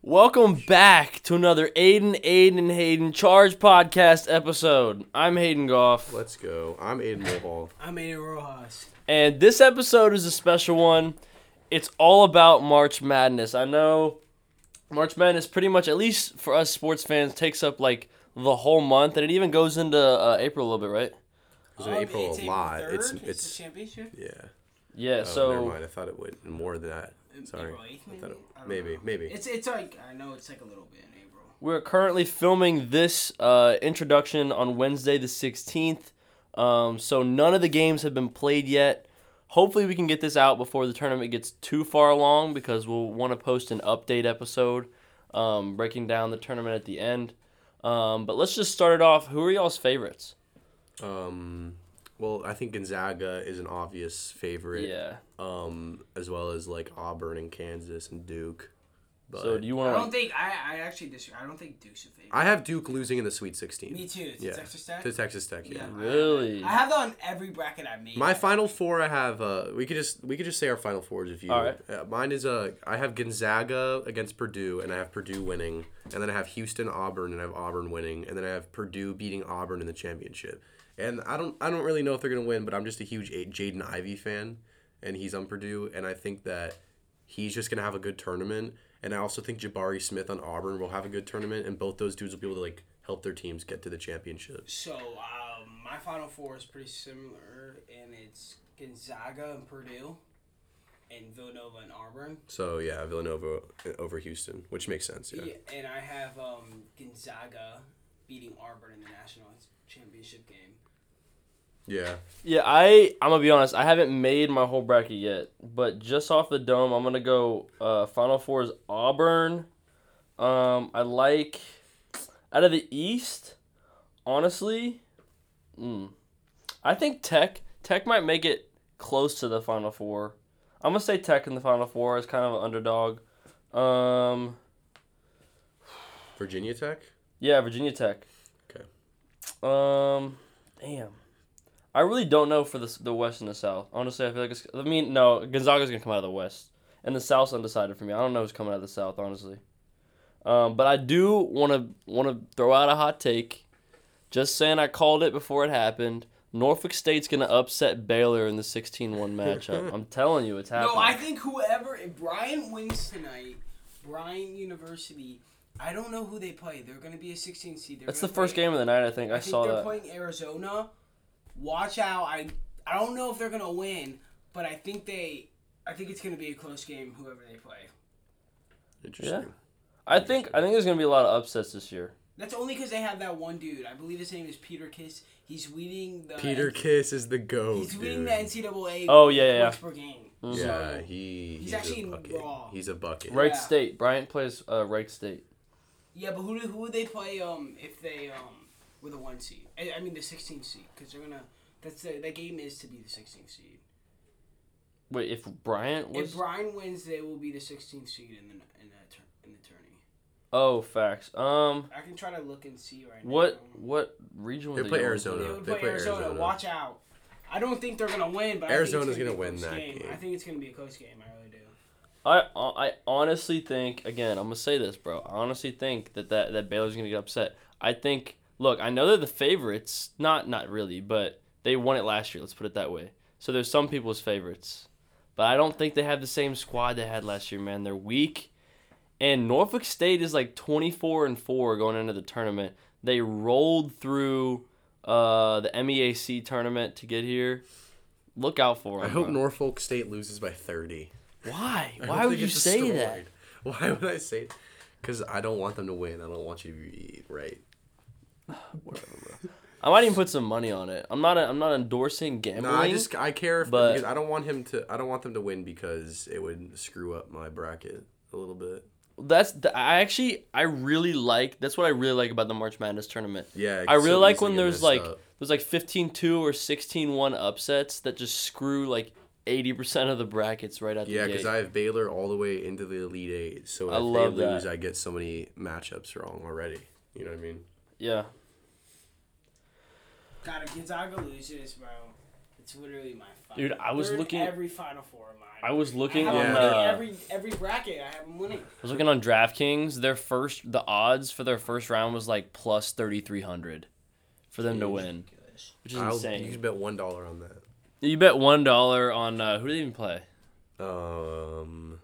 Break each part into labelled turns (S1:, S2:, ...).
S1: Welcome back to another Aiden, Aiden, Hayden Charge podcast episode. I'm Hayden Goff,
S2: Let's go. I'm Aiden Mulhall.
S3: I made it Rojas.
S1: and this episode is a special one. It's all about March Madness. I know March Madness, pretty much, at least for us sports fans, takes up like the whole month, and it even goes into uh, April a little bit, right?
S2: It was in April a lot. It's
S3: the
S2: it's
S3: championship.
S2: yeah.
S1: Yeah.
S2: Oh,
S1: so
S2: never mind. I thought it would more than that. Sorry.
S3: April 8th,
S2: I
S3: maybe?
S2: thought it,
S3: I don't
S2: maybe
S3: know.
S2: maybe.
S3: It's it's like I know it's like a little bit in April.
S1: We're currently filming this uh, introduction on Wednesday the 16th. Um, so none of the games have been played yet. Hopefully, we can get this out before the tournament gets too far along because we'll want to post an update episode um, breaking down the tournament at the end. Um, but let's just start it off. Who are y'all's favorites?
S2: Um. Well, I think Gonzaga is an obvious favorite.
S1: Yeah.
S2: Um, as well as like Auburn and Kansas and Duke. But
S1: So do you
S3: I
S1: want
S3: don't
S1: to?
S3: think I I actually disagree. I don't think Duke's a favorite.
S2: I have Duke losing in the Sweet 16.
S3: Me too. It's
S2: yeah.
S3: Texas Tech.
S2: To Texas Tech. Yeah.
S3: I-
S1: Really?
S3: I have that on every bracket I made.
S2: My final four, I have. Uh, we could just we could just say our final fours if you.
S1: All right.
S2: Uh, mine is uh, I have Gonzaga against Purdue, and I have Purdue winning, and then I have Houston Auburn, and I have Auburn winning, and then I have Purdue beating Auburn in the championship. And I don't I don't really know if they're gonna win, but I'm just a huge A- Jaden Ivey fan, and he's on Purdue, and I think that he's just gonna have a good tournament. And I also think Jabari Smith on Auburn will have a good tournament, and both those dudes will be able to like help their teams get to the championships.
S3: So um, my final four is pretty similar, and it's Gonzaga and Purdue, and Villanova and Auburn.
S2: So yeah, Villanova uh, over Houston, which makes sense.
S3: Yeah. and I have um, Gonzaga beating Auburn in the national championship game.
S2: Yeah.
S1: Yeah, I I'm gonna be honest. I haven't made my whole bracket yet, but just off the dome, I'm gonna go. Uh, Final four is Auburn. Um, I like out of the East. Honestly, mm, I think Tech Tech might make it close to the Final Four. I'm gonna say Tech in the Final Four is kind of an underdog. Um,
S2: Virginia Tech.
S1: yeah, Virginia Tech.
S2: Okay.
S1: Um, damn. I really don't know for the the West and the South. Honestly, I feel like it's. I mean, no, Gonzaga's gonna come out of the West, and the South's undecided for me. I don't know who's coming out of the South, honestly. Um, but I do want to want to throw out a hot take. Just saying, I called it before it happened. Norfolk State's gonna upset Baylor in the 16-1 matchup. I'm telling you, it's happening.
S3: No, I think whoever if Brian wins tonight, Brian University. I don't know who they play. They're going to be a 16 seed. They're
S1: That's the
S3: gonna
S1: first
S3: play-
S1: game of the night. I think I,
S3: I think
S1: saw
S3: they're
S1: that.
S3: playing Arizona. Watch out. I I don't know if they're going to win, but I think they. I think it's going to be a close game. Whoever they play.
S2: Interesting.
S1: I think I think there's gonna be a lot of upsets this year.
S3: That's only because they have that one dude. I believe his name is Peter Kiss. He's leading the
S2: Peter Kiss is the goat.
S3: He's winning
S2: dude.
S3: the NCAA.
S1: Oh, yeah, yeah, yeah.
S3: points per game.
S2: Yeah,
S3: So,
S2: he, he's,
S3: actually
S2: a bucket.
S3: raw.
S2: He's a bucket.
S1: Wright
S3: Yeah.
S1: State. Bryant plays uh, Wright State.
S3: yeah, but who do, who would they play um if they um were the one seed? I, I mean the 16 seed because they're gonna that's the, that game is to be the 16 seed.
S1: Wait, if Bryant was
S3: If Brian wins, they will be the 16 seed in the in the tur- in the tourney.
S1: Oh, facts. Um,
S3: I can try to look and see right
S1: what
S3: now.
S1: what region?
S2: They
S1: would
S2: play
S1: go in?
S2: Arizona.
S3: They would
S2: They
S3: play,
S2: play
S3: Arizona.
S2: Arizona.
S3: Watch out. I don't think they're gonna win, but
S2: Arizona's
S3: I think it's gonna,
S2: gonna
S3: be a
S2: win
S3: close
S2: that
S3: game.
S2: game.
S3: I think it's gonna be a close game. I really do.
S1: I I honestly think again. I'm gonna say this, bro. I honestly think that that that Baylor's gonna get upset. I think. Look, I know they're the favorites. Not not really, but they won it last year. Let's put it that way. So there's some people's favorites, but I don't think they have the same squad they had last year. Man, they're weak. And Norfolk State is like 24 and four going into the tournament. They rolled through uh, the MEAC tournament to get here. Look out for them.
S2: I hope Norfolk State loses by 30.
S1: Why? Why
S2: I hope they
S1: would you
S2: get
S1: say that?
S2: destroyed. Why would I say Because I don't want them to win. I don't want you to be right.
S1: I might even put some money on it. I'm not. A, I'm not endorsing gambling.
S2: No, I just I care if
S1: But-
S2: because I don't want him to. I don't want them to win because it would screw up my bracket a little bit.
S1: That's. th- I actually. I really like. That's what I really like about the March Madness tournament.
S2: Yeah, it
S1: I
S2: could
S1: really
S2: so
S1: like
S2: easily
S1: when
S2: get
S1: there's
S2: messed
S1: like
S2: up.
S1: there's like 15-2 or 16-1 upsets that just screw like 80% of the brackets right out
S2: Yeah,
S1: the gate.
S2: because I have Baylor all the way into the Elite Eight. So if
S1: I love
S2: they
S1: that.
S2: lose, I get so many matchups wrong already. You know what I mean?
S1: yeah.
S3: God, if Gonzaga loses, bro, it's It's literally my five.
S1: Dude, I was
S3: They're in
S1: looking-
S3: every Final Four of mine.
S1: I was looking
S3: I have
S2: on,
S3: them
S2: uh,
S3: winning every every bracket. I have them winning.
S1: I was looking on DraftKings. Their first, the odds for their first round was like plus thirty three hundred for them to win, which is
S2: I'll, you
S1: insane.
S2: can bet one dollar on that.
S1: You bet one dollar on uh, who did they even play?
S2: Um,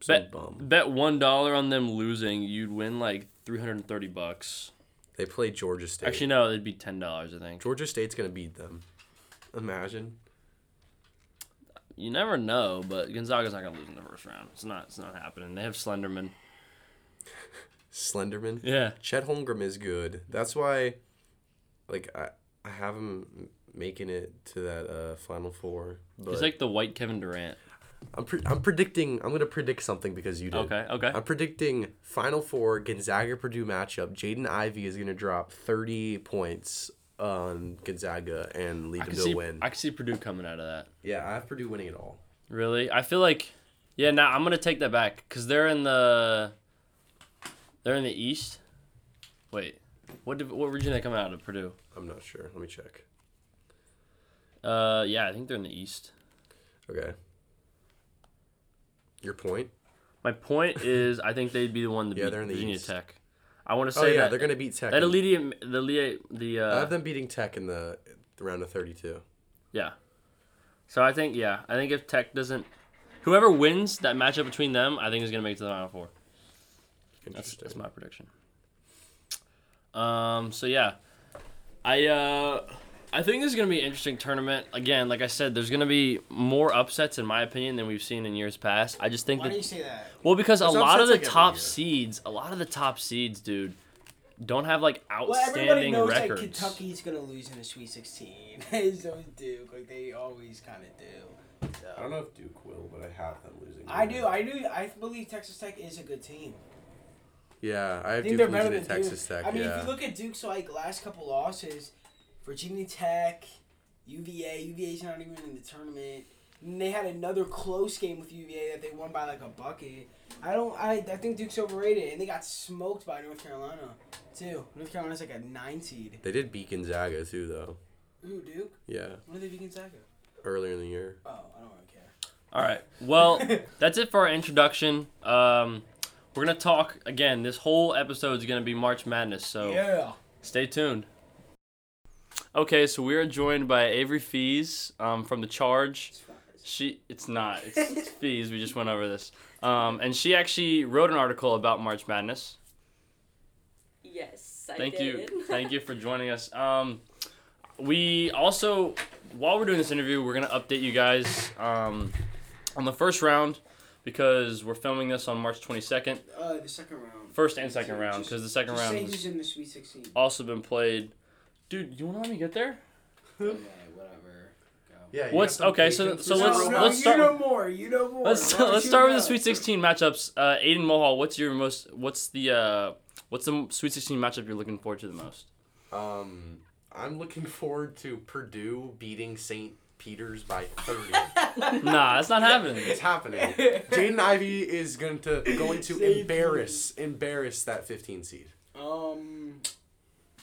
S2: some
S1: Bet
S2: bum.
S1: bet one dollar on them losing. You'd win like three hundred and thirty bucks.
S2: They play Georgia State.
S1: Actually, no, it'd be ten dollars. I think.
S2: Georgia State's gonna beat them. Imagine.
S1: You never know, but Gonzaga's not gonna lose in the first round. It's not. It's not happening. They have Slenderman.
S2: Slenderman.
S1: Yeah.
S2: Chet Holmgren is good. That's why, like, I, I have him making it to that uh, Final Four. But
S1: He's like the white Kevin Durant.
S2: I'm, pre- I'm predicting. I'm gonna predict something because you did.
S1: Okay. Okay.
S2: I'm predicting Final Four Gonzaga Purdue matchup. Jaden Ivey is gonna drop 30 points on Gonzaga and lead
S1: I
S2: them
S1: can
S2: to
S1: see.
S2: a win.
S1: I can see Purdue coming out of that.
S2: yeah, I have Purdue winning it all.
S1: Really? I feel like yeah, now I'm going to take that back cuz they're in the they're in the east. Wait. What did, what region are they coming out of? Purdue.
S2: I'm not sure. Let me check.
S1: Uh yeah, I think they're in the east.
S2: Okay. Your point?
S1: My point is I think they'd be the one to
S2: Yeah,
S1: beat
S2: they're in the
S1: Virginia
S2: East.
S1: Tech. I want to
S2: Oh
S1: say
S2: yeah,
S1: that
S2: they're gonna beat Tech.
S1: that
S2: in-
S1: alleviate the alleviate the
S2: I
S1: uh
S2: have them beating Tech in the the round of 32.
S1: yeah. So I think yeah, I think if Tech doesn't whoever wins that matchup between them, I think is going to make it to the final four. That's
S2: Interesting.
S1: that's my prediction. Um. So yeah, I uh, I think this is gonna be an interesting tournament. Again, like I said, there's gonna be more upsets in my opinion than we've seen in years past. I just think
S3: Why do you
S1: that
S3: say that?
S1: well because a
S2: There's
S1: lot of
S2: upsets,
S1: the
S2: like, every
S1: top
S2: year.
S1: seeds, a lot of the top seeds, dude, don't have like
S3: Well, everybody
S1: outstanding
S3: knows
S1: records.
S3: like Kentucky's gonna lose in the Sweet Sixteen. They always do. Like they always kind of do.
S2: I
S3: So.
S2: don't know if Duke will, but I have them losing.
S3: I do. I do. I believe Texas Tech is a good team.
S2: Yeah, I
S3: I
S2: have
S3: think
S2: Duke
S3: they're better
S2: losing
S3: than
S2: to Texas
S3: Duke.
S2: Tech.
S3: I mean,
S2: yeah.
S3: if you look at Duke's like last couple losses, Virginia Tech, UVA. UVA's not even in the tournament. And they had another close game with UVA that they won by like a bucket. I don't. I, I think Duke's overrated, and they got smoked by North Carolina too. North Carolina's like a nine seed.
S2: they did beat Gonzaga too, though.
S3: Ooh, Duke.
S2: Yeah,
S3: When did they beat Gonzaga?
S2: earlier in the year.
S3: Oh, I don't really care.
S1: All right. Well, that's it for our introduction. Um, we're gonna talk again. This whole episode is gonna be March Madness. So
S3: Yeah.
S1: Stay tuned. Okay, so we are joined by Avery Fees um, from The Charge. She, it's not, it's, it's Fees. We just went over this, um, and she actually wrote an article about March Madness.
S4: Yes, I
S1: Thank
S4: did.
S1: you, thank you for joining us. Um, we also, while we're doing this interview, we're gonna update you guys um, on the first round because we're filming this on March twenty second,
S3: Uh, the second round.
S1: first and second round, because the second
S3: Just
S1: round
S3: say
S1: has
S3: who's in the Sweet Sixteen.
S1: also been played. Dude, you wanna let me get there?
S3: okay, whatever.
S2: Yeah.
S1: you What's- have some okay, so- patience. so
S3: No,
S1: let's-
S3: no,
S1: let's
S3: you
S1: start-
S3: know more. You know more.
S1: Let's
S3: Oh, Why don't
S1: let's
S3: you
S1: start with the
S3: know?
S1: Sweet 16 matchups. Uh, Aiden Mohall, what's your most? What's the uh, what's the Sweet 16 matchup you're looking forward to the most?
S2: Um, I'm looking forward to Purdue beating St. Peter's by 30.
S1: nah, that's not happening.
S2: it's happening. Jaden Ivey is going to going to
S3: St.
S2: embarrass embarrass that 15 seed.
S3: Um,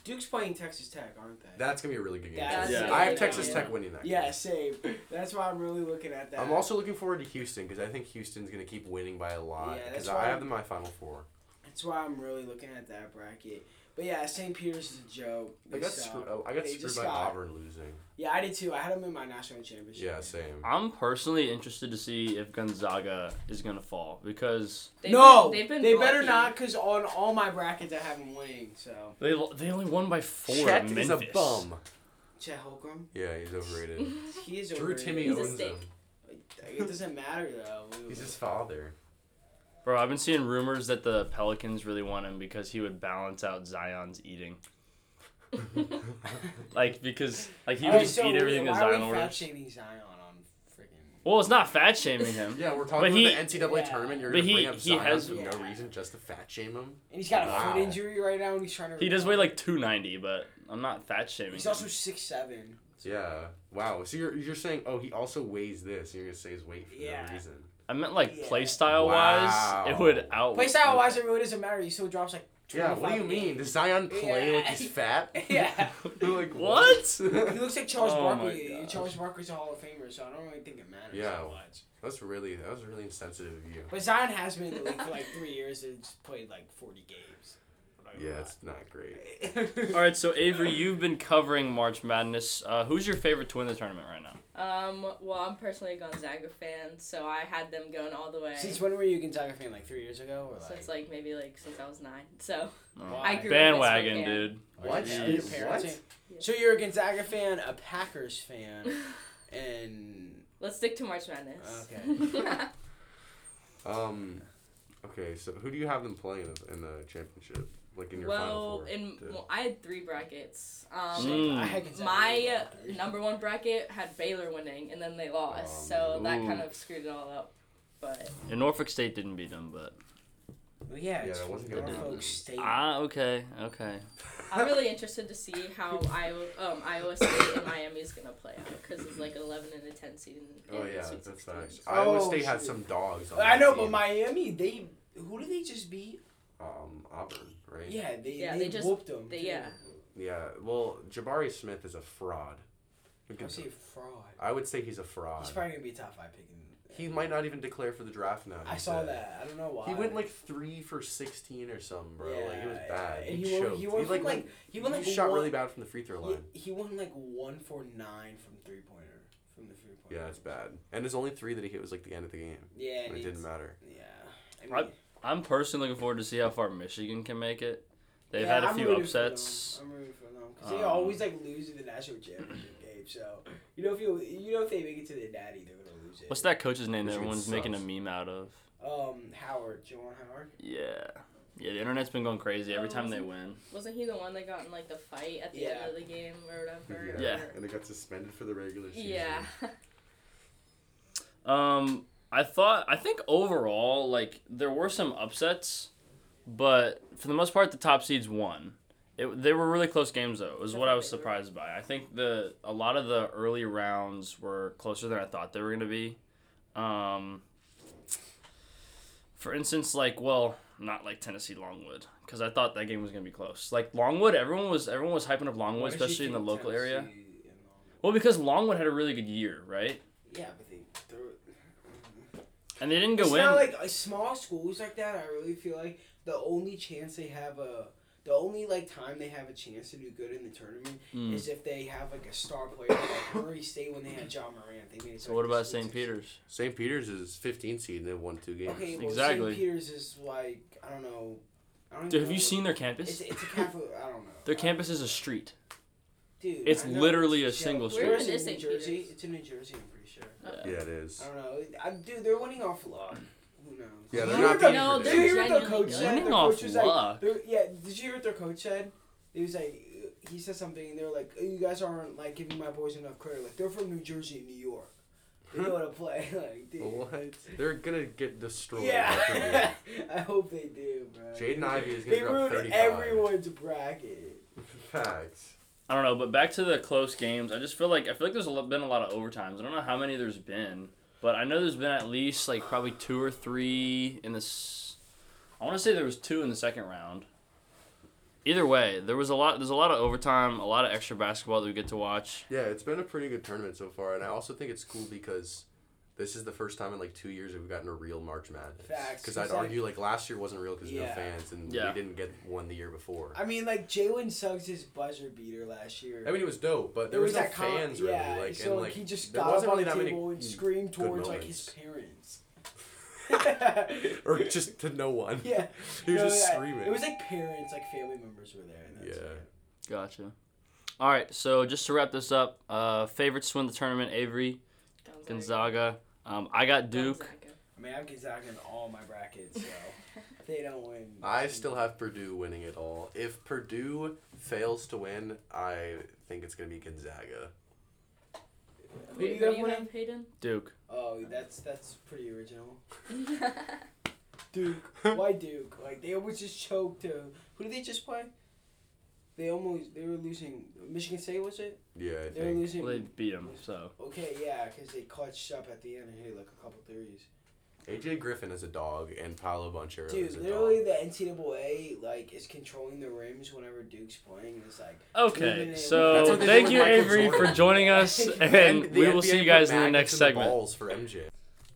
S3: Duke's playing Texas Tech, aren't they?
S2: That's gonna be a really good game.
S3: That's
S1: Yeah.
S2: I have
S4: it.
S2: Texas
S3: Yeah.
S2: Tech winning that.
S3: yeah, same. That's why I'm really looking at that.
S2: I'm also looking forward to Houston because I think Houston's gonna keep winning by a lot.
S3: Yeah,
S2: Because
S3: that's
S2: I
S3: why-
S2: have them in my final four.
S3: That's why I'm really looking at that bracket. But yeah, St. Peter's is a joke.
S2: I
S3: They
S2: got
S3: suck.
S2: screwed. oh, I got
S3: They
S2: screwed
S3: just
S2: by
S3: got-
S2: Auburn losing.
S3: Yeah, I did too. I had them in my national championship.
S2: Yeah, same.
S1: I'm personally interested to see if Gonzaga is gonna fall because
S4: They've
S3: no,
S4: been- they've been
S3: they better
S4: lucky.
S3: not, cause on all my brackets I have them winning. So
S1: they they only won by four. to
S2: Chet
S1: Memphis.
S2: is a bum.
S3: Chet Holcomb,
S2: Yeah, he's overrated.
S3: he is
S2: Drew
S3: overrated.
S2: Timmy
S4: He's a
S2: owns him.
S4: stink.
S3: It doesn't matter though.
S2: He's his father.
S1: Bro, I've been seeing rumors that the Pelicans really want him because he would balance out Zion's eating. like because like he would
S3: Alright,
S1: just
S3: so
S1: eat everything that
S3: why are we
S1: Zion
S3: fat
S1: orders.
S3: shaming Zion on freaking?
S1: Well, it's not fat shaming him.
S2: Yeah, we're talking about
S1: he-
S2: the NCAA
S3: Yeah.
S2: tournament. You're
S1: But
S2: gonna
S1: he-
S2: bring up
S1: he
S2: Zion
S1: has-
S2: for no
S3: Yeah.
S2: reason just to fat shame him.
S3: And he's got a
S2: Wow.
S3: foot injury right now, and he's trying to.
S1: He does weigh
S3: recover.
S1: like 290, but I'm not fat shaming.
S3: He's
S1: him.
S3: also six seven.
S2: Yeah. Wow. So you're you're saying oh he also weighs this. You're gonna say his weight for
S3: Yeah.
S2: no reason.
S1: I meant like
S3: Yeah.
S1: playstyle wise, it
S2: Wow.
S1: would out.
S3: Playstyle wise, it really doesn't matter. He still drops like
S2: Yeah, what do you
S3: 25
S2: mean? Does Zion play
S3: Yeah.
S2: like he's fat?
S3: Yeah.
S2: They're like
S1: What?
S3: He looks like Charles
S1: Oh my
S3: Barkley. and
S1: gosh.
S3: Charles Barkley's a Hall of Famer, so I don't really think it matters
S2: Yeah.
S3: that much.
S2: That's really that was really insensitive of you.
S3: But Zion has been in the league for like three years and just played like 40 games.
S2: Yeah, it's not great.
S3: Yeah.
S1: All right, so Avery, you've been covering March Madness. Uh, who's your favorite to win the tournament right now?
S4: Um, well, I'm personally a Gonzaga fan, so I had them going all the way
S3: Since when were you a Gonzaga fan? Like three years ago? Or like,
S4: since like maybe like since I was nine. So
S3: I
S4: grew up
S1: Bandwagon,
S4: as a fan.
S1: dude.
S2: What?
S1: Yeah.
S2: Dude,
S1: Yes.
S3: Parents,
S2: what?
S3: yeah. So you're a Gonzaga fan, a Packers fan, and
S4: let's stick to March Madness.
S3: Okay.
S2: Um, okay, so who do you have them playing in the, in the championship? Like in your final
S4: well,
S2: four?
S4: in
S2: Dude.
S4: well, I had three brackets. Um,
S1: Mm.
S3: I had Gonzaga
S4: My
S3: in
S4: uh,
S3: three.
S4: number one bracket had Baylor winning, and then they lost,
S2: Um,
S4: so that
S1: ooh.
S4: kind of screwed it all up. But
S1: And Norfolk State didn't beat them, but
S3: Well, yeah, it's
S2: that
S3: from
S2: wasn't
S3: the
S2: good.
S3: Norfolk State.
S1: ah, okay, okay.
S4: I'm really interested to see how Iowa, um, Iowa State and Miami is gonna play out because it's like 11 and a 10 seed. in-
S2: Oh
S4: in
S2: yeah,
S4: Sweet
S2: that's
S4: 16.
S2: nice. Iowa
S3: Oh,
S2: State had
S3: shoot.
S2: some dogs. On
S3: I know,
S2: that
S3: but
S2: team.
S3: Miami, they who did they just beat?
S2: um Auburn, right?
S3: Yeah, they
S4: Yeah,
S3: they,
S4: they just-
S3: whooped them.
S4: they-
S3: too.
S4: yeah.
S2: Yeah. Well, Jabari Smith is a fraud. We
S3: I
S2: can-
S3: say fraud.
S2: I would say he's a fraud.
S3: He's probably gonna be a top five pick. In
S2: He might not even declare for the draft now.
S3: I
S2: he
S3: saw
S2: said.
S3: that. I don't know why.
S2: He went like three for sixteen or something, bro. like it was
S3: Yeah,
S2: bad.
S3: yeah.
S2: He,
S3: And he won-
S2: choked.
S3: he
S2: He,
S3: won
S2: like,
S3: from, like- he won like
S2: shot
S3: one,
S2: really bad from the free throw
S3: He,
S2: line.
S3: he won like one for nine from three pointer from the three pointer.
S2: Yeah, it's bad. And his only three that he hit was like the end of the game.
S3: Yeah,
S2: And
S3: and
S2: it didn't
S3: it's,
S2: matter.
S3: yeah.
S1: I- I'm personally looking forward to see how far Michigan can make it. They've
S3: yeah,
S1: had a
S3: I'm
S1: few
S3: rooting for
S1: upsets.
S3: them. I'm rooting for them because they
S1: Um,
S3: always like lose in the national championship game. So you know if you you know if they make it to the natty, they're gonna lose it.
S1: What's that coach's name that
S2: Michigan
S1: everyone's making a
S2: sucks.
S1: meme out of?
S3: Um, Howard, Jawan Howard.
S1: Yeah. Yeah, the internet's been going crazy every time they
S3: Um,
S1: win.
S4: Wasn't he the one that got in like the fight at the
S3: Yeah.
S4: end of the game or whatever?
S1: Yeah.
S4: Or-
S2: And they got suspended for the regular
S4: Yeah.
S1: Um, I thought I think overall like there were some upsets, but for the most part the top seeds won. It, they were really close games though. Is what I was surprised by. I think the a lot of the early rounds were closer than I thought they were gonna be. Um, for instance, like well, not like Tennessee Longwood because I thought that game was gonna be close. Like Longwood, everyone was everyone was hyping up Longwood,
S3: Why did you
S1: especially in the
S3: think
S1: local area.
S3: Tennessee and Longwood?
S1: Well, because Longwood had a really good year, right?
S3: Yeah, but they they're
S1: And they didn't go
S3: it's
S1: in.
S3: not like uh, small schools like that. I really feel like the only chance they have a, the only like time they have a chance to do good in the tournament
S1: Mm.
S3: is if they have like a star player. Like Murray State when they had John Moran, they made. It
S1: So what about
S3: St.
S1: St. Peter's?
S2: St. Peter's is 15 seed and they won two games.
S3: Okay, well,
S1: Exactly.
S3: St. Peter's is like I don't know. I don't even
S1: Dude, have
S3: know
S1: you
S3: what-
S1: seen their
S3: It's,
S1: campus?
S3: it's a Catholic. I don't know.
S1: Their campus is a street.
S3: Dude,
S1: it's
S3: I know.
S1: literally a
S3: Yeah,
S1: single
S4: street.
S3: Where is
S4: Where
S3: it?
S4: is
S3: New
S4: St.
S3: Jersey.
S4: Peter's?
S3: It's in New Jersey. I'm pretty sure.
S2: Yeah, it is.
S3: I don't know. I, dude, they're winning off luck. Who knows?
S2: Yeah,
S3: Did
S2: they're
S3: you
S2: not
S3: hear what
S2: being
S4: No,
S3: the-
S4: they're
S3: Did you hear what the
S4: genuinely
S3: coach
S4: good.
S3: said?
S1: Winning
S3: the
S1: off
S3: coach was
S1: luck?
S3: like, they're- yeah. Did you hear what their coach said? He was like, he said something, and they were like, "You guys aren't like giving my boys enough credit. Like they're from New Jersey and New York. They know how to play. Like, dude.
S2: What? They're gonna get destroyed.
S3: Yeah, I hope they do, bro.
S2: Jaden Ivey is gonna
S3: They
S2: drop
S3: ruined
S2: 35.
S3: everyone's bracket.
S2: Facts.
S1: I don't know, but back to the close games. I just feel like I feel like there's a lot, been a lot of overtimes. I don't know how many there's been, but I know there's been at least like probably two or three in this. I want to say there was two in the second round. Either way, there was a lot. There's a lot of overtime, a lot of extra basketball that we get to watch.
S2: Yeah, it's been a pretty good tournament so far, and I also think it's cool because this is the first time in like two years that we've gotten a real March Madness.
S3: Facts,
S2: Because
S3: 'cause,
S2: I'd
S3: like-
S2: argue like last year wasn't real because no
S3: Yeah.
S2: fans, and
S1: Yeah.
S2: we didn't get one the year before.
S3: I mean, like Jalen Suggs' buzzer beater last year.
S2: I mean, it was dope, but there was, no
S3: that con-
S2: fans really.
S3: Yeah,
S2: like,
S3: so
S2: and,
S3: like,
S2: like
S3: he just
S2: there
S3: got up
S2: wasn't
S3: on
S2: really
S3: the
S2: that many
S3: table and screamed
S2: good
S3: towards like his
S2: moments.
S3: parents.
S2: or just to no one.
S3: yeah,
S2: he was
S3: No,
S2: just
S3: yeah,
S2: screaming.
S3: It was like parents, like family members were there. And that's
S2: Yeah.
S3: it.
S1: Gotcha. All right, so just to wrap this up, uh, favorites to win the tournament: Avery, Gonzaga. Um, I got Duke.
S4: Gonzaga.
S3: I mean, I've Gonzaga in all my brackets, so if they don't win.
S2: I still have Purdue winning it all. If Purdue fails to win, I think it's gonna be Gonzaga.
S3: Who do
S4: Wait,
S3: you
S4: who
S3: got
S4: do you
S3: winning?
S4: have, Hayden?
S1: Duke.
S3: Oh, that's that's pretty original. Duke, why Duke? Like they almost just choked. To, who did they just play? They almost they were losing. Michigan State was it?
S2: Yeah, I
S3: They were
S2: think.
S1: Mm.
S3: losing.
S1: Well, they beat him, so
S3: Okay, yeah, because they clutched up at the end and hit like a couple threes.
S2: AJ Griffin is a dog, and Paolo Banchero
S3: Dude,
S2: is a
S3: literally
S2: dog.
S3: the NCAA like is controlling the rims whenever Duke's playing, and it's like
S1: Okay,
S2: That's
S1: so
S2: what they
S1: thank
S2: did
S1: you,
S2: with Michael
S1: Avery, for
S2: Jordan.
S1: joining us,
S2: And
S1: and
S2: the
S1: we will
S2: NBA
S1: see you guys
S2: put
S1: in the
S2: magnets
S1: next
S2: in
S1: segment.
S2: balls for MJ.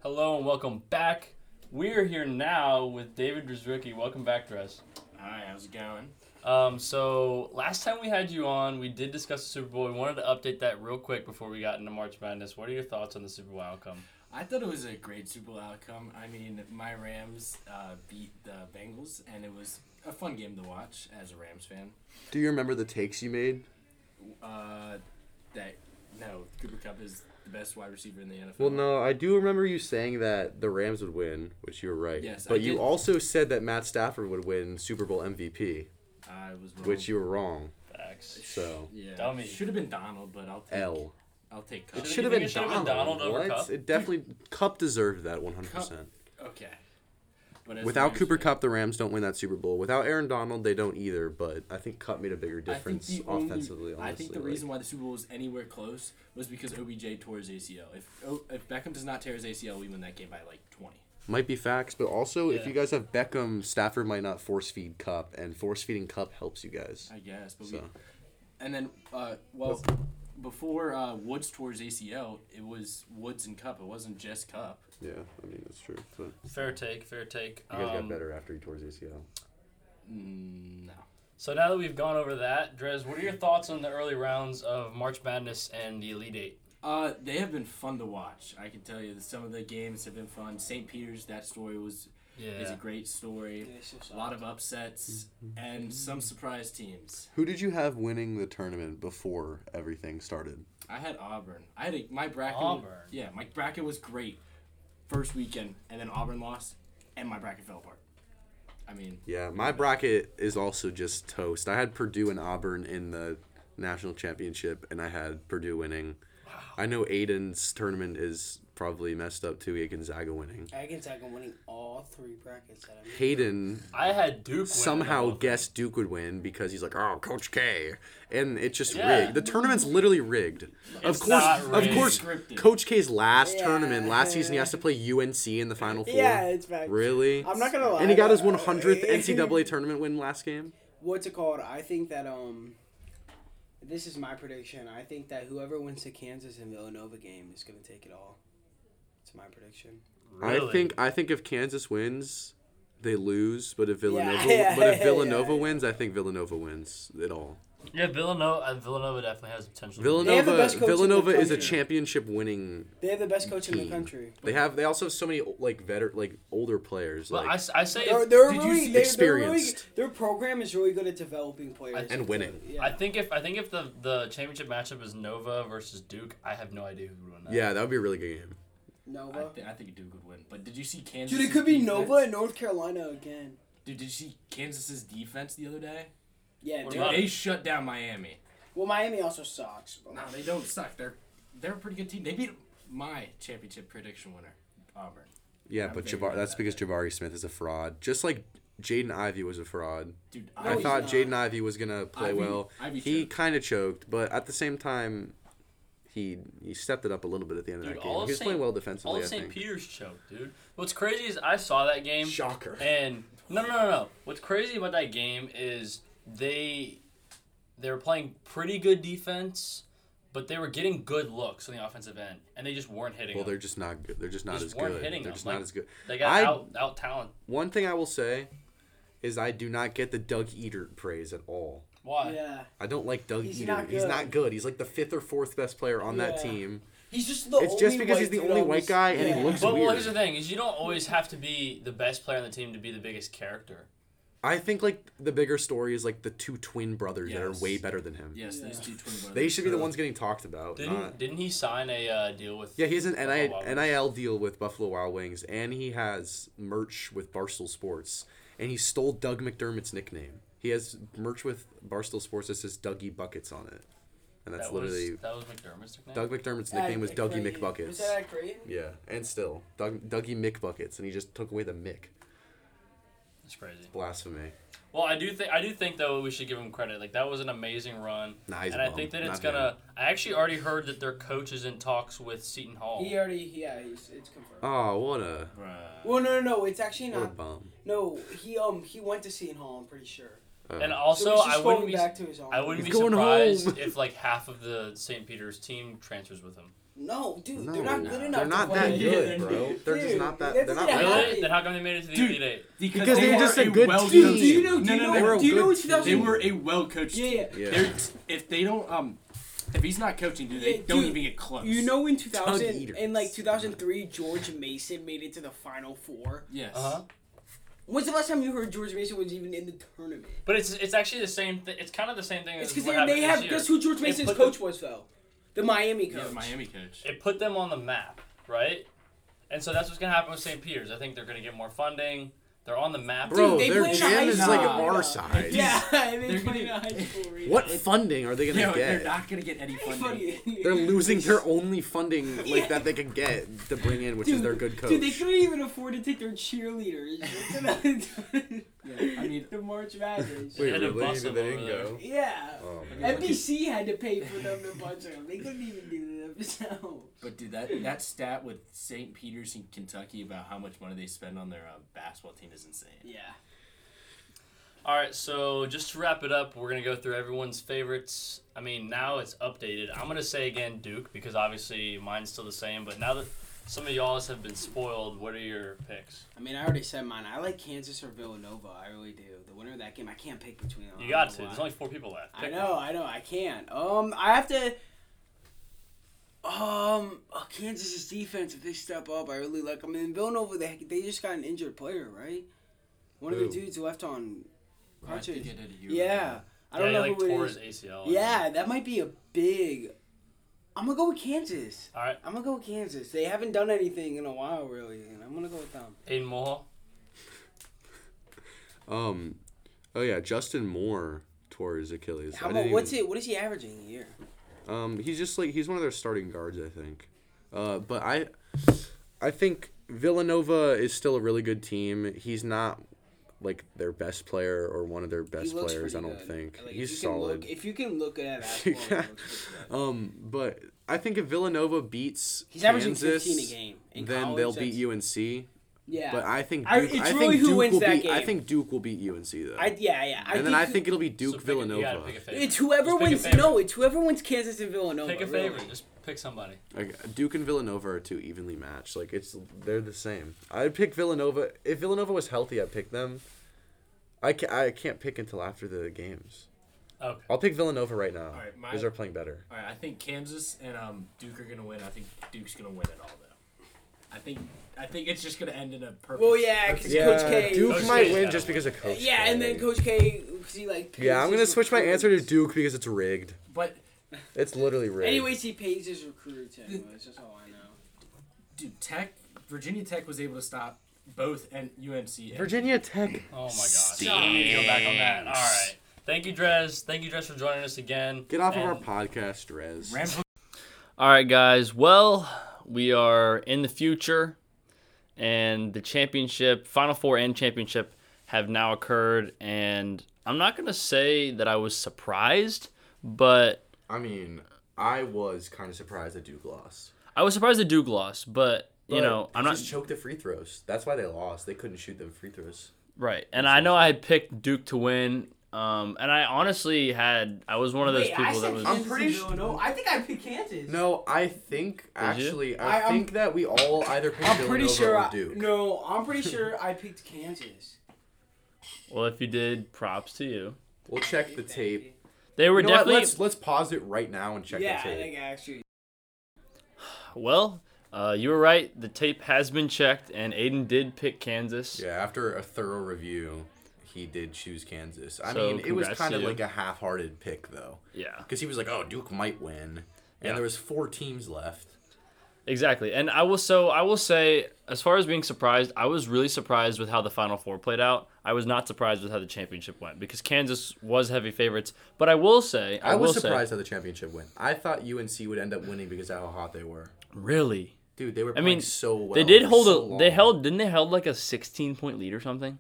S1: Hello and welcome back. We're here now with David Drzwicki. Welcome back, Dress.
S5: Hi, how's it going?
S1: Um, so last time we had you on, we did discuss the Super Bowl. We wanted to update that real quick before we got into March Madness. What are your thoughts on the Super Bowl outcome?
S5: I thought it was a great Super Bowl outcome. I mean, my Rams uh, beat the Bengals, and it was a fun game to watch as a Rams fan.
S2: Do you remember the takes you made?
S5: Uh, that no, Cooper Cup is the best wide receiver in the NFL.
S2: Well, no, I do remember you saying that the Rams would win, which you were right.
S5: Yes, I
S2: but you
S5: did.
S2: also said that Matt Stafford would win Super Bowl MVP,
S5: I was wrong.
S2: which you were wrong.
S1: Facts.
S2: So
S5: yeah,
S1: Dummy.
S5: should have been Donald, but I'll take
S2: L.
S5: I'll take
S2: It
S5: Cup.
S1: Should've-
S2: should have
S1: you
S2: been,
S1: think it should've been
S2: Donald.
S1: Donald over
S2: What?
S1: Kupp?
S2: It definitely Cup deserved that 100. percent
S5: okay. But as a
S2: Without
S5: Rams
S2: Cooper
S5: fan-
S2: Cup, the Rams don't win that Super Bowl. Without Aaron Donald, they don't either. But I think Cup made a bigger difference
S5: only-
S2: offensively. honestly,
S5: I think the
S2: like-
S5: reason why the Super Bowl was anywhere close was because OBJ tore his ACL. If O- if Beckham does not tear his ACL, we win that game by like twenty.
S2: might be facts, but also if
S1: Yeah.
S2: you guys have Beckham, Stafford might not force feed Cup, and force feeding Cup helps you guys.
S5: I guess, but we,
S2: So
S5: and then uh, well, before uh, Woods tore his ACL, it was Woods and Cup. It wasn't just Cup.
S2: yeah, I mean that's true. But you
S1: Fair take, fair take.
S2: guys
S1: Um,
S2: got better after he tore his ACL.
S5: Mm, no,
S1: So now that we've gone over that, Drez, what are your thoughts on the early rounds of March Madness and the Elite Eight?
S5: uh, they have been fun to watch. I can tell you that some of the games have been fun. St. Peter's that story was is a great story. A lot of upsets
S2: Mm-hmm.
S5: and some surprise teams.
S2: Who did you have winning the tournament before everything started?
S5: I had Auburn. I had a, my bracket.
S1: Auburn.
S5: yeah, my bracket was great first weekend, and then Auburn lost, and my bracket fell apart. I mean,
S2: Yeah, my bracket is also just toast. I had Purdue and Auburn in the national championship, and I had Purdue winning. I know Aiden's tournament is probably messed up too. He had Gonzaga winning.
S3: Agonzaga winning all three brackets that I made.
S2: Hayden
S1: I had Duke winning
S2: somehow
S1: all of them.
S2: guessed Duke would win because he's like, "Oh, Coach K," and it's just
S1: Yeah.
S2: rigged. The tournament's literally rigged. of
S1: It's
S2: course,
S1: not
S2: of
S1: rigged.
S2: course,
S5: Scripted.
S2: Coach K's last
S3: Yeah.
S2: tournament last season, he has to play UNC in the final four.
S3: Yeah, it's back.
S2: Really?
S3: I'm not gonna lie.
S2: And he got his
S3: though.
S2: 100th NCAA tournament win last game.
S3: What's it called? I think that um, this is my prediction. I think that whoever wins the Kansas and Villanova game is gonna take it all. It's my prediction.
S2: I
S1: Really?
S2: think I think if Kansas wins, they lose. But if Villanova,
S3: yeah,
S2: but if
S3: yeah,
S2: Villanova
S3: yeah.
S2: wins, I think Villanova wins it all.
S1: Yeah, Villanova. uh, Villanova definitely has potential. to win.
S3: They have the
S2: Villanova
S3: best coach in the
S2: Villanova is a
S3: country.
S2: championship winning.
S3: They have the best coach in
S2: Team.
S3: the country.
S2: They have they also have so many like veteran like older players
S1: But
S2: like
S1: I s I I, say
S3: They're,
S1: if-
S3: they're
S2: Did you
S3: really
S2: see-
S3: they're,
S2: Experienced.
S3: They're really, their program is really good at developing players
S2: and winning.
S3: Yeah.
S1: I think if I think if the the championship matchup is Nova versus Duke, I have no idea who would win that.
S2: Yeah, that would be a really good game.
S5: I,
S3: Nova.
S5: th- I think Duke would win. But did you see Kansas?
S3: Dude, it could be Nova and North Carolina again.
S5: Dude, did you see Kansas's defense the other day?
S3: Yeah,
S1: What
S3: dude.
S1: about-
S5: They shut down Miami.
S3: Well, Miami also sucks. Bro.
S5: No, they don't suck. They're they're a pretty good team. They beat my championship prediction winner, Auburn.
S2: Yeah,
S5: I'm
S2: but
S5: very
S2: Javar
S5: good
S2: that's
S5: at
S2: because Javari Smith is a fraud. Just like Jaden Ivey was a fraud.
S5: Dude,
S2: I
S3: he's
S2: thought
S3: not.
S2: Jaden Ivey was gonna play
S5: Ivey-
S2: well.
S5: Ivey
S2: he
S5: choked.
S2: kind of choked, but at the same time, he he stepped it up a little bit at the end of
S1: Dude,
S2: that game.
S1: all of
S2: He was playing
S1: Saint-
S2: well
S1: All
S2: defensively.
S1: of
S2: I
S1: St.
S2: think.
S1: Peter's choked, dude. What's crazy is I saw that game
S2: Shocker.
S1: and no, no, no, no. What's crazy about that game is they they were playing pretty good defense, but they were getting good looks on the offensive end, and they just weren't hitting.
S2: Well,
S1: them.
S2: they're just not good. They're just not
S1: Just
S2: as
S1: weren't
S2: good.
S1: hitting
S2: They're
S1: them,
S2: just
S1: like-
S2: not as good.
S1: They got
S2: I-
S1: out out talent.
S2: One thing I will say is I do not get the Doug Eater praise at all.
S1: Why?
S3: Yeah.
S2: I don't like Doug
S3: He's
S2: Eater.
S3: not
S2: He's
S3: good.
S2: not good. He's like the fifth or fourth best player on that
S3: Yeah.
S2: team.
S3: He's just the
S2: It's
S3: only
S2: just because
S3: white
S2: he's the
S3: dude
S2: only
S3: on
S2: white
S3: this-
S2: guy and he
S3: Yeah.
S2: looks-
S1: But well,
S2: weird.
S1: here's the thing: is you don't always have to be the best player on the team to be the biggest character.
S2: I think like the bigger story is like the two twin brothers that are
S5: Yes.
S2: way better than him.
S5: Yes,
S3: Yeah.
S5: these two twin brothers.
S2: They should be the ones getting talked about.
S1: Didn't
S2: not-
S1: didn't he sign a uh, deal with?
S2: Yeah, he has an
S1: Buffalo
S2: NIL,
S1: Wild Wings?
S2: NIL deal with Buffalo Wild Wings, and he has merch with Barstool Sports, and he stole Doug McDermott's nickname. He has merch with Barstool Sports that says Dougie Buckets on it, and that's
S1: That
S2: literally
S1: was, that was McDermott's nickname.
S2: Doug McDermott's
S3: At
S2: nickname was Dougie
S3: Creighton.
S2: McBuckets.
S3: Was that at Creighton?
S2: yeah, and still Doug, Dougie McBuckets, and he just took away the Mick.
S1: It's crazy.
S2: Blasphemy.
S1: Well, I do think I do think though we should give him credit. Like that was an amazing run,
S2: Nah, he's a
S1: and I
S2: bum.
S1: think that it's
S2: Not
S1: gonna.
S2: him.
S1: I actually already heard that their coach is in talks with Seton Hall.
S3: He already, yeah, he's, it's confirmed.
S2: Oh, what a
S5: Bruh.
S3: well, no, no, no. It's actually
S2: what a
S3: not.
S2: bum.
S3: No, he um he went to Seton Hall. I'm pretty sure.
S2: Uh,
S1: And
S3: So
S1: also,
S3: he's
S1: I
S3: just
S1: wouldn't
S3: going
S1: be.
S3: back to his own.
S1: I wouldn't
S2: He's
S1: be
S2: going
S1: surprised
S2: home.
S1: if like half of the St. Peter's team transfers with him.
S3: No, dude,
S2: no,
S3: they're not good enough.
S2: They're not
S3: to
S2: that
S3: play.
S2: good, bro. They're just
S3: Dude,
S2: not that.
S3: that's
S2: They're not
S3: gonna
S2: that.
S3: happen.
S1: Really? Then how come they made it to the
S5: Dude.
S1: Elite Eight?
S2: Because they were just a good
S5: well-coached
S2: team.
S3: Do you know? Do
S5: No,
S3: you
S5: no,
S3: know?
S5: no.
S2: They're a
S3: do you
S2: good
S3: know
S2: team.
S3: 2000?
S5: They were a well coached
S3: Yeah, yeah.
S5: team.
S2: Yeah.
S5: They're, if they don't um if he's not coaching, dude, they
S3: Yeah,
S5: don't
S3: dude,
S5: even get close.
S3: You
S2: Uh-huh.
S3: know, in
S2: Doug
S3: 2000,
S2: Eater.
S3: in like 2003, George Mason made it to the Final Four.
S5: Yes.
S1: Uh huh.
S3: When's the last time you heard George Mason was even in the tournament?
S1: But it's it's actually the same. Th- it's kind of the same thing.
S3: It's
S1: as
S3: because
S1: what happened
S3: they, they
S1: this
S3: have.
S1: year.
S3: Guess who George
S1: They
S3: Mason's
S1: put the-
S3: coach was though? The Miami
S5: Yeah,
S3: coach.
S5: the Miami coach.
S1: It put them on the map, right? And so that's what's gonna happen with St. Peter's. I think they're gonna get more funding. They're on the map.
S2: Bro,
S3: Dude, they
S2: their
S3: play in a
S2: gym
S3: high
S2: is like
S5: school.
S2: our
S3: Nah.
S2: size.
S3: Yeah,
S5: They're
S3: they're
S5: gonna-
S3: playing a high school. arena.
S2: What funding are they gonna
S5: No, they're
S2: get?
S5: not gonna get any
S3: Pretty
S5: funding.
S3: funny.
S2: They're losing their only funding like
S3: Yeah.
S2: that they could get to bring in, which is their good coach.
S3: Dude, they couldn't even afford to take their cheerleaders to the,
S5: Yeah, I mean,
S3: the March Madness.
S1: Wait, They had to really? bus They them didn't over go?
S3: Yeah.
S2: Oh,
S5: man.
S3: NBC had to pay for them to bunch them. They couldn't even do that themselves.
S5: but dude, that that stat with St. Peter's in Kentucky about how much money they spend on their um, basketball team is insane.
S3: Yeah.
S1: All right, so just to wrap it up, we're gonna go through everyone's favorites. I mean, now it's updated. I'm gonna say again Duke because obviously mine's still the same. But now that some of y'all's have been spoiled, what are your picks?
S3: I mean, I already said mine. I like Kansas or Villanova. I really do. The winner of that game, I can't pick between them.
S1: You
S3: I
S1: got
S3: don't
S1: to.
S3: know
S1: There's
S3: why.
S1: only four people left.
S3: I
S1: Pick
S3: know,
S1: one.
S3: I know, I can't. Um, I have to. Um, oh, Kansas's defense, if they step up, I really like. I mean, Villanova, they they just got an injured player, right? One of
S2: Who?
S3: the dudes left on.
S5: I think
S3: crutches.
S5: it did a year
S3: Yeah,
S5: ago.
S3: I don't
S1: yeah,
S3: know
S1: he, like,
S3: who
S1: tore
S3: it is.
S1: his ACL.
S3: Yeah, that might be a big. I'm gonna go with Kansas.
S1: All right,
S3: I'm gonna go with Kansas. They haven't done anything in a while, really, and I'm gonna go with them.
S1: Aiden Mulhall.
S2: Um, oh yeah, Justin Moore tore his Achilles.
S3: How
S2: I
S3: about
S2: didn't
S3: what's
S2: even-
S3: it? What is he averaging a year?
S2: Um, he's just like he's one of their starting guards, I think. Uh, but I, I think Villanova is still a really good team. He's not like their best player or one of their best players. I
S3: pretty
S2: don't
S3: good.
S2: think
S3: Like, if
S2: he's
S3: you can
S2: solid.
S3: Look, if you can look at that,
S2: You
S3: he
S2: can't-
S3: looks pretty good.
S2: Um, but I think if Villanova beats
S3: He's averaging
S2: Kansas,
S3: 15 a game. In
S2: then
S3: college,
S2: they'll beat
S3: that's-
S2: UNC.
S3: Yeah.
S2: But I think Duke,
S3: I-
S2: I,
S3: it's
S2: think
S3: really who
S2: Duke
S3: wins
S2: will
S3: that
S2: beat. I
S3: game.
S2: think Duke will beat UNC though.
S3: I, yeah, yeah. I
S2: and
S3: think
S2: then I
S3: who-
S2: think it'll be Duke
S1: So pick a- you gotta
S2: Villanova.
S1: pick a favorite.
S3: it's
S1: Just
S3: whoever
S1: pick a
S3: wins.
S1: favorite.
S3: No, it's whoever wins Kansas and Villanova.
S1: Pick a
S3: really.
S1: favorite. Just pick somebody.
S2: Like, Duke and Villanova are too evenly matched. Like it's they're the same. I'd pick Villanova if Villanova was healthy. I'd pick them. I can't, I can't pick until after the games.
S1: Okay.
S2: I'll pick Villanova right now
S5: Alright,
S2: because
S5: my-
S2: they're playing better.
S5: All right, I think Kansas and um, Duke are gonna win. I think Duke's gonna win it all though. I think I think it's just gonna end in a perfect.
S3: Well, yeah, 'cause
S5: perfect-
S3: Coach K.
S2: Duke
S1: Coach
S2: might
S1: K's
S2: win
S1: gotta
S2: just
S1: win.
S2: because of Coach.
S3: Yeah, and then
S2: K.
S3: Coach K, 'cause he like.
S2: Yeah, I'm gonna
S3: pays his
S2: switch my answer to
S3: recruits.
S2: Duke because it's rigged.
S5: But
S2: It's literally rigged.
S3: Anyways, he pays his recruits. Anyways, that's all I know.
S5: dude, Tech Virginia Tech was able to stop both and UNC. and-
S2: Virginia Tech.
S1: Oh my God. I need to go back on that. All right. Thank you, Drez. Thank you, Drez, for joining us again.
S2: Get off
S1: And-
S2: of our podcast, Rez.
S5: Rambo
S1: All right, guys. Well, we are in the future, and the championship, Final Four and championship, have now occurred. And I'm not going to say that I was surprised, but
S2: I mean, I was kind of surprised that Duke lost.
S1: I was surprised that Duke lost. But, you
S2: But
S1: know,
S2: they
S1: I'm not
S2: just choked the free throws. That's why they lost. They couldn't shoot them free throws.
S1: right. And I know I had picked Duke to win. Um, and I honestly had, I was one of those
S3: Wait, I
S1: people
S3: said
S1: that was.
S2: I'm
S3: Kansas
S2: pretty
S3: and
S2: su-
S3: Villanova. I think I picked Kansas.
S2: No, I think actually,
S3: I-
S2: I,
S3: I'm-
S2: think that we all either picked
S3: I'm pretty
S2: Villanova
S3: sure.
S2: or
S3: I,
S2: Duke.
S3: no, I'm pretty sure I picked Kansas.
S1: Well, if you did, props to you.
S2: We'll check the tape.
S1: They were
S2: You know what,
S1: definitely.
S2: Let's let's pause it right now and check
S3: yeah,
S2: the
S3: I
S2: tape.
S3: think I actually.
S1: Well, uh, you were right. The tape has been checked, and Aiden did pick Kansas.
S2: Yeah, after a thorough review, he did choose Kansas. I
S1: So,
S2: mean, it was
S1: congrats
S2: kind
S1: to
S2: of
S1: you.
S2: like a half-hearted pick though.
S1: Yeah,
S2: because he was like, "Oh, Duke might win," and
S1: Yeah.
S2: there was four teams left.
S1: exactly. And I will so I will say, as far as being surprised, I was really surprised with how the Final Four played out. I was not surprised with how the championship went because Kansas was heavy favorites. But I will say, I,
S2: I, was
S1: will
S2: surprised how the championship went. I thought UNC would end up winning because of how hot they were.
S1: Say, really,
S2: Dude, they were
S1: I
S2: playing
S1: mean,
S2: so well.
S1: they did hold
S2: so
S1: a. They
S2: long.
S1: held didn't they held like a sixteen point lead or something?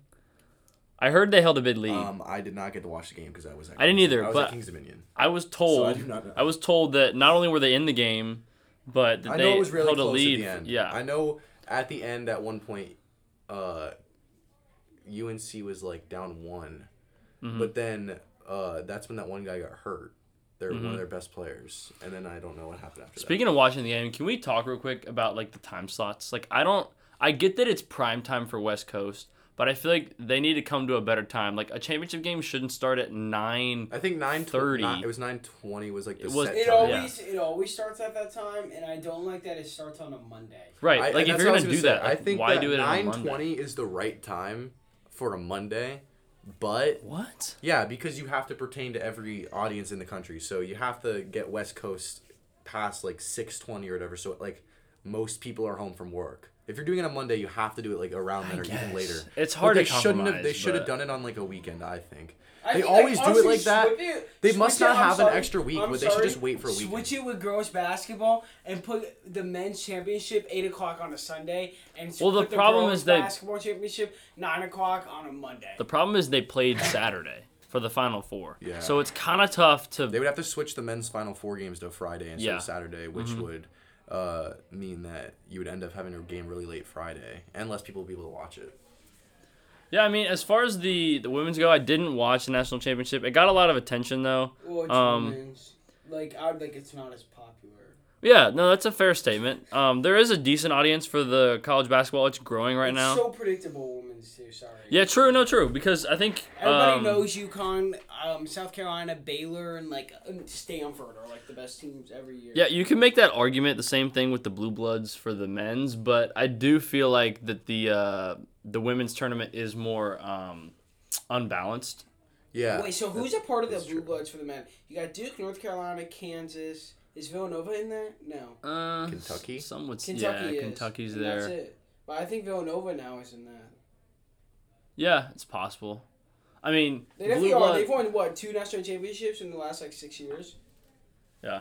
S1: I heard they held a big lead.
S2: Um, I did not get to watch the game because I was. At
S1: I didn't
S2: Kings-
S1: either,
S2: I was
S1: but-
S2: at Kings Dominion.
S1: I was
S2: So I
S1: told
S2: do not know.
S1: I was told that not only were they in the game, but that
S2: I
S1: they
S2: know it was really
S1: held
S2: close
S1: a lead.
S2: at the end.
S1: Yeah,
S2: I know at the end at one point, uh, UNC was like down one,
S1: Mm-hmm.
S2: but then uh, that's when that one guy got hurt. They're one
S1: Mm-hmm.
S2: of their best players, and then I don't know what happened after
S1: Speaking of watching the game, can we talk real quick about like the time slots? Like I don't I get that it's prime time for West Coast, but I feel like they need to come to a better time. Like a championship game shouldn't start at nine.
S2: that. I think nine
S1: 30.
S2: thirty. It was nine twenty. Was like the
S1: It was-
S2: set
S3: It
S2: time.
S3: always it always starts at that time, and I don't like that it starts on a Monday.
S1: Right.
S2: I-
S1: like
S2: and
S1: if
S2: that's
S1: you're
S2: what I was
S1: gonna do
S2: say.
S1: that, like,
S2: I think
S1: why
S2: that
S1: do it on a
S2: nine
S1: Monday?
S2: twenty is the right time for a Monday, but
S1: What?
S2: Yeah, because you have to pertain to every audience in the country. So you have to get West Coast past like 6:20 or whatever. So like most people are home from work. If you're doing it on Monday, you have to do it like around then or
S1: guess.
S2: even later.
S1: It's
S2: But
S1: hard
S2: they
S1: to
S2: shouldn't have. They
S1: compromise,
S2: should have
S1: but-
S2: done it on like a weekend. I think
S3: I
S2: they
S3: think, like,
S2: always do it
S3: honestly,
S2: like that.
S3: switch it-
S2: they
S3: switch
S2: must
S3: it-
S2: not
S3: I'm
S2: have
S3: sorry,
S2: an extra week.
S3: I'm
S2: But they should
S3: sorry,
S2: just wait for a weekend.
S3: Switch it with girls basketball and put the men's championship eight o'clock on a Sunday, and s-
S1: Well, the
S3: put
S1: problem
S3: girls
S1: is that-
S3: basketball championship nine o'clock on a Monday.
S1: The problem is they played Saturday for the final four.
S2: Yeah.
S1: So it's kind of tough to.
S2: They would have to switch the men's final four games to Friday instead
S1: Yeah. Mm-hmm.
S2: of Saturday, which would uh, mean that you would end up having your game really late Friday, and less people would be able to watch it.
S1: yeah, I mean, as far as the the women's go, I didn't watch the national championship. It got a lot of attention though.
S3: Well, it's
S1: Um,
S3: women's. like I would like it's not as popular.
S1: Yeah, no, that's a fair statement. Um, there is a decent audience for the college basketball. It's growing right
S3: it's
S1: now.
S3: so predictable, women's too. Sorry.
S1: Yeah, true, no, true. Because I think
S3: Everybody
S1: um,
S3: knows UConn, um, South Carolina, Baylor, and like um, Stanford are like the best teams every year.
S1: Yeah, you can make that argument. The same thing with the Blue Bloods for the men's, but I do feel like that the uh, the women's tournament is more um, unbalanced.
S2: Yeah.
S3: Wait, so who's a part of the
S2: that's
S3: Blue
S2: true.
S3: Bloods for the men? You got Duke, North Carolina, Kansas. Is Villanova in there? No.
S1: Uh,
S2: Kentucky?
S1: Some would s-
S3: Kentucky
S1: yeah,
S3: is.
S1: Kentucky's
S3: and That's
S1: there.
S3: it. But I think Villanova now is in that.
S1: Yeah, it's possible. I mean,
S3: They definitely
S1: Blue
S3: are.
S1: Blood-
S3: They've won what two national championships in the last like six years.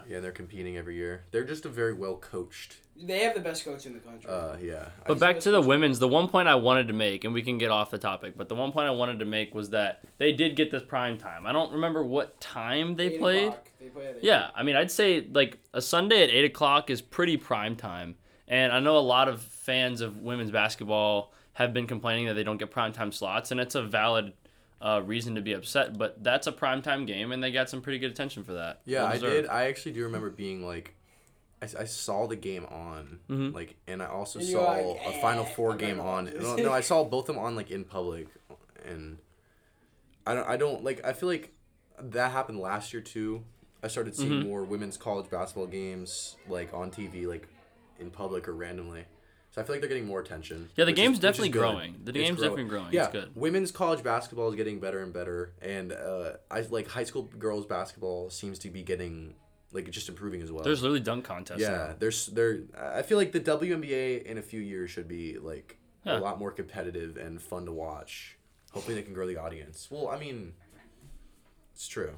S2: Yeah, they're competing every year. They're just a very well coached.
S3: They have the best coach in the country.
S2: Uh, yeah. I
S1: But
S2: just-
S1: back to the women's, the one point I wanted to make, and we can get off the topic, but the one point I wanted to make was that they did get this prime time. I don't remember what time they
S3: Eight
S1: played.
S3: o'clock. They play at eight.
S1: Yeah, I mean, I'd say like a Sunday at eight o'clock is pretty prime time, and I know a lot of fans of women's basketball have been complaining that they don't get prime time slots, and it's a valid uh, reason to be upset. But that's a prime time game, and they got some pretty good attention for that.
S2: yeah,
S1: Well
S2: I
S1: deserved.
S2: did. I actually do remember being like, I, s- I saw the game on,
S1: Mm-hmm.
S2: like, and I also
S3: And you're
S2: saw
S3: like,
S2: a Final
S3: "Eh,
S2: Four
S3: I'm
S2: game
S3: gonna
S2: on.
S3: watch
S2: No,
S3: this."
S2: no, I saw both of them on like in public, and I don't. I don't like. I feel like that happened last year too. I started seeing
S1: Mm-hmm.
S2: more women's college basketball games like on TV, like in public or randomly. So I feel like they're getting more attention.
S1: Yeah, the
S2: which is-
S1: game's
S2: which is
S1: definitely
S2: good.
S1: growing. The
S2: It's
S1: game's definitely growing. It's
S2: Yeah,
S1: good.
S2: women's college basketball is getting better and better, and uh, I like high school girls basketball seems to be getting like just improving as well.
S1: There's literally dunk contests. now.
S2: yeah, there's there. I feel like the WNBA in a few years should be like
S1: Yeah.
S2: a lot more competitive and fun to watch. Hopefully, they can grow the audience. Well, I mean, it's true.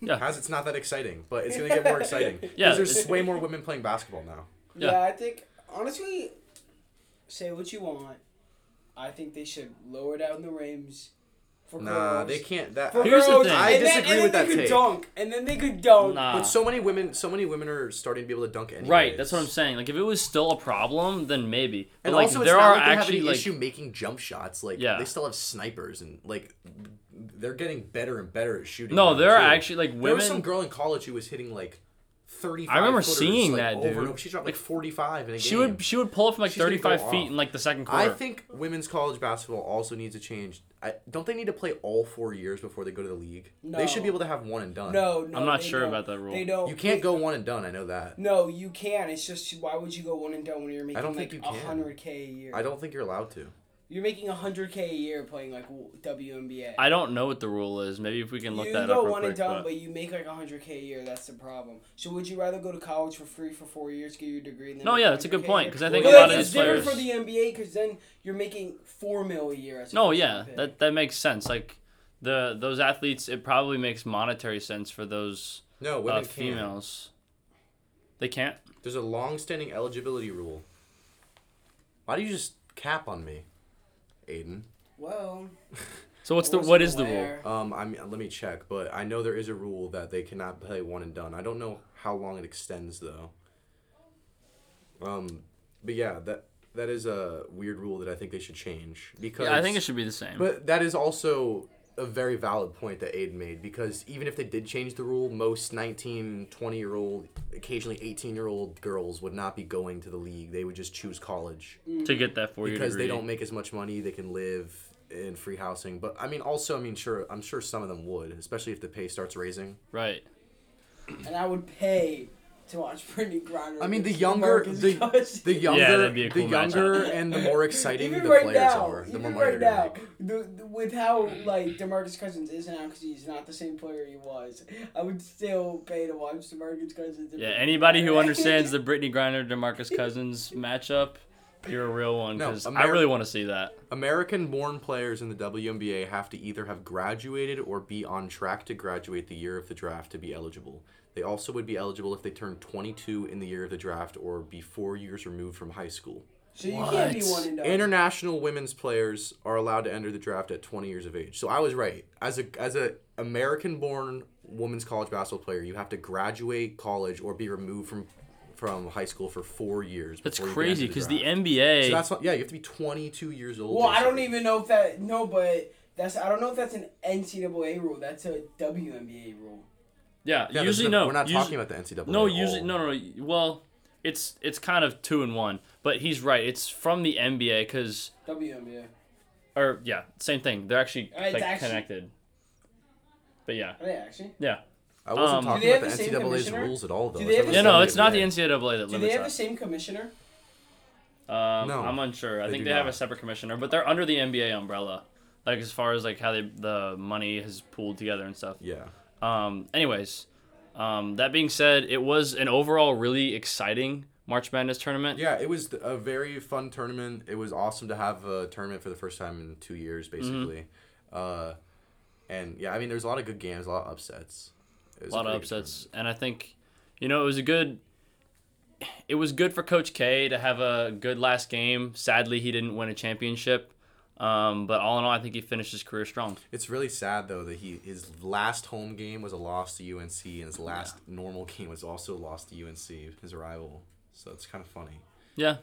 S1: Yeah.
S2: How's it's not that exciting, but it's gonna get more exciting. 'Cause
S1: Yeah.
S2: there's way more women playing basketball now.
S1: Yeah.
S3: Yeah. I think honestly, say what you want. I think they should lower down the rims. For
S2: Nah,
S3: girls.
S2: they can't. That
S3: For
S1: Here's the
S3: girls,
S1: thing.
S2: I
S3: and then-
S2: disagree
S3: and
S2: with
S3: then
S2: that
S3: they could
S2: take.
S3: Dunk, and then they could dunk.
S1: Nah.
S2: But so many women, so many women are starting to be able to dunk. Anyways.
S1: uh, Right, that's what I'm saying. Like, if it was still a problem, then maybe. But
S2: And
S1: like,
S2: also, it's
S1: there
S2: not
S1: are
S2: like they
S1: actually
S2: have any
S1: like,
S2: issue making jump shots. Like
S1: Yeah.
S2: they still have snipers, and like they're getting better and better at shooting.
S1: no,
S2: now,
S1: there are
S2: too.
S1: actually like
S2: There was some
S1: women.
S2: girl in college who was hitting like thirty.
S1: I remember seeing
S2: like,
S1: that,
S2: over
S1: dude.
S2: And over. She dropped like forty five in a
S1: She
S2: game.
S1: would she would pull up from like
S2: She's gonna go
S1: 35 feet
S2: off.
S1: in like the second quarter.
S2: I think women's college basketball also needs to change. I, don't they need to play all four years before they go to the league? They should be
S3: No.
S2: able to have one and done.
S3: No, no.
S1: Uh, I'm not
S3: they
S1: sure
S3: don't.
S1: about that rule.
S3: They don't.
S2: you can't go one and done. I know that.
S3: No, you can. It's just why would you go one and done when you're making
S2: don't
S3: like
S2: think you can.
S3: hundred k a year?
S2: I don't think you're allowed to.
S3: You're making hundred k a year playing like w- WNBA.
S1: I don't know what the rule is. Maybe if we can look
S3: you
S1: that
S3: go
S1: up real
S3: one
S1: quick.
S3: and done,
S1: but-
S3: but you make like hundred k a year. That's the problem. So would you rather go to college for free for four years, get your degree? And then
S1: No,
S3: make
S1: yeah, that's a good
S3: 100K
S1: point
S3: year?
S1: because I think
S2: Well,
S1: a
S3: yeah,
S1: lot of
S3: it's
S1: these
S3: different
S1: players.
S3: for the NBA because then you're making four mil a year. As
S1: no,
S3: opposed to
S1: yeah,
S3: nothing.
S1: that that makes sense. Like the those athletes, it probably makes monetary sense for those
S2: No, women
S1: uh,
S2: can't.
S1: females. They can't.
S2: There's a long-standing eligibility rule. Why do you just cap on me, Aiden?
S3: Well,
S1: So what's the
S3: wasn't
S1: what is the rule?
S3: aware.
S2: Um, I mean, let me check, but I know there is a rule that they cannot play one and done. I don't know how long it extends though. Um, but yeah, that that is a weird rule that I think they should change because
S1: Yeah, I think it should be the same.
S2: But that is also a very valid point that Aid made because even if they did change the rule, most 19, 20 year old, occasionally 18 year old girls would not be going to the league. They would just choose college
S1: to get that four year
S2: because
S1: degree.
S2: they don't make as much money. They can live in free housing. But I mean, also, I mean, sure, I'm sure some of them would, especially if the pay starts raising.
S1: right.
S3: And I would pay to watch Brittany Griner.
S2: I mean, the
S3: against
S2: younger,
S3: America's
S2: the,
S3: Cup.
S2: the younger,
S1: that'd be a cool
S2: the younger,
S1: matchup.
S2: and the more exciting
S3: even
S2: the
S3: right
S2: players
S3: now,
S2: are, the more
S3: even
S2: money
S3: right
S2: they're gonna
S3: now, the, the- with how like Demarcus Cousins is now, because he's not the same player he was, I would still pay to watch Demarcus Cousins.
S1: Yeah. Anybody who understands the Brittany Griner Demarcus Cousins matchup, you're a real one
S2: No,
S1: because I
S2: Ameri-
S1: really want to see that.
S2: American born players in the WNBA have to either have graduated or be on track to graduate the year of the draft to be eligible. They also would be eligible if they turn 22 in the year of the draft or be four years removed from high school.
S3: So you can't be
S1: What?
S3: one and done.
S2: International women's players are allowed to enter the draft at 20 years of age. So I was right. As a as a American born women's college basketball player, you have to graduate college or be removed from from high school for four years.
S1: That's
S2: before you can enter
S1: crazy because the,
S2: draft.
S1: NBA.
S2: So that's what, yeah, you have to be 22 years old.
S3: well, I don't
S2: basically.
S3: even know if that no, but that's I don't know if that's an NCAA rule. That's a WNBA rule.
S1: yeah,
S2: Yeah, this
S1: Usually
S2: is a-
S1: no.
S2: We're not
S1: usually,
S2: talking about the NCAA.
S1: No,
S2: at
S1: usually
S2: all.
S1: no, no, no. Well, it's it's kind of two and one, but he's right. It's from the NBA because
S3: WNBA.
S1: or yeah, same thing. They're actually
S3: Uh, it's
S1: like
S3: actually-
S1: connected. But yeah,
S3: Are they Oh, actually?
S2: I wasn't
S1: Um,
S2: talking
S3: Do they
S2: about the
S3: have the same
S2: NCAA's
S3: commissioner?
S2: rules at all, though.
S3: Do they have
S1: yeah.
S3: the
S1: No,
S3: same-
S1: it's not the NCAA that
S3: Do they
S1: limits
S3: have the
S1: that.
S3: same commissioner?
S1: Um,
S2: No,
S1: I'm unsure. I
S2: they
S1: think
S2: do
S1: they have
S2: not.
S1: a separate commissioner, but they're under the NBA umbrella. Like as far as like how they the money has pooled together and stuff.
S2: Yeah.
S1: Um, anyways, um, that being said, it was an overall really exciting March Madness tournament.
S2: Yeah, it was a very fun tournament. It was awesome to have a tournament for the first time in two years,
S1: Mm-hmm.
S2: basically. Uh, and yeah, I mean, there was a lot of good games, a lot of upsets. It was
S1: a lot of
S2: pretty good
S1: upsets, and I think, you know, it was a good. It was good for Coach K to have a good last game. Sadly, he didn't win a championship, um, but all in all, I think he finished his career strong.
S2: tournament. It's really sad though that he his last home game was a loss to UNC, and his last normal game was also a loss to UNC, his rival. So it's kind of funny.
S1: Yeah,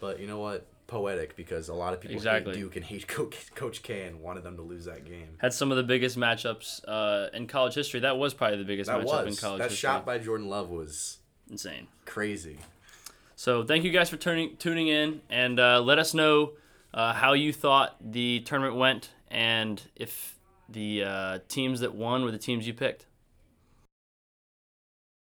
S2: But you know what? Poetic because a lot of people
S1: Exactly.
S2: hate Duke and hate Co- Coach K and wanted them to lose that game.
S1: had some of the biggest matchups uh, in college history. That was probably the biggest
S2: That
S1: matchup
S2: was
S1: in college
S2: that
S1: history.
S2: shot by Jordan Love was
S1: Insane.
S2: crazy.
S1: So thank you guys for tuning tuning in, and uh, let us know uh, how you thought the tournament went, and if the uh, teams that won were the teams you picked.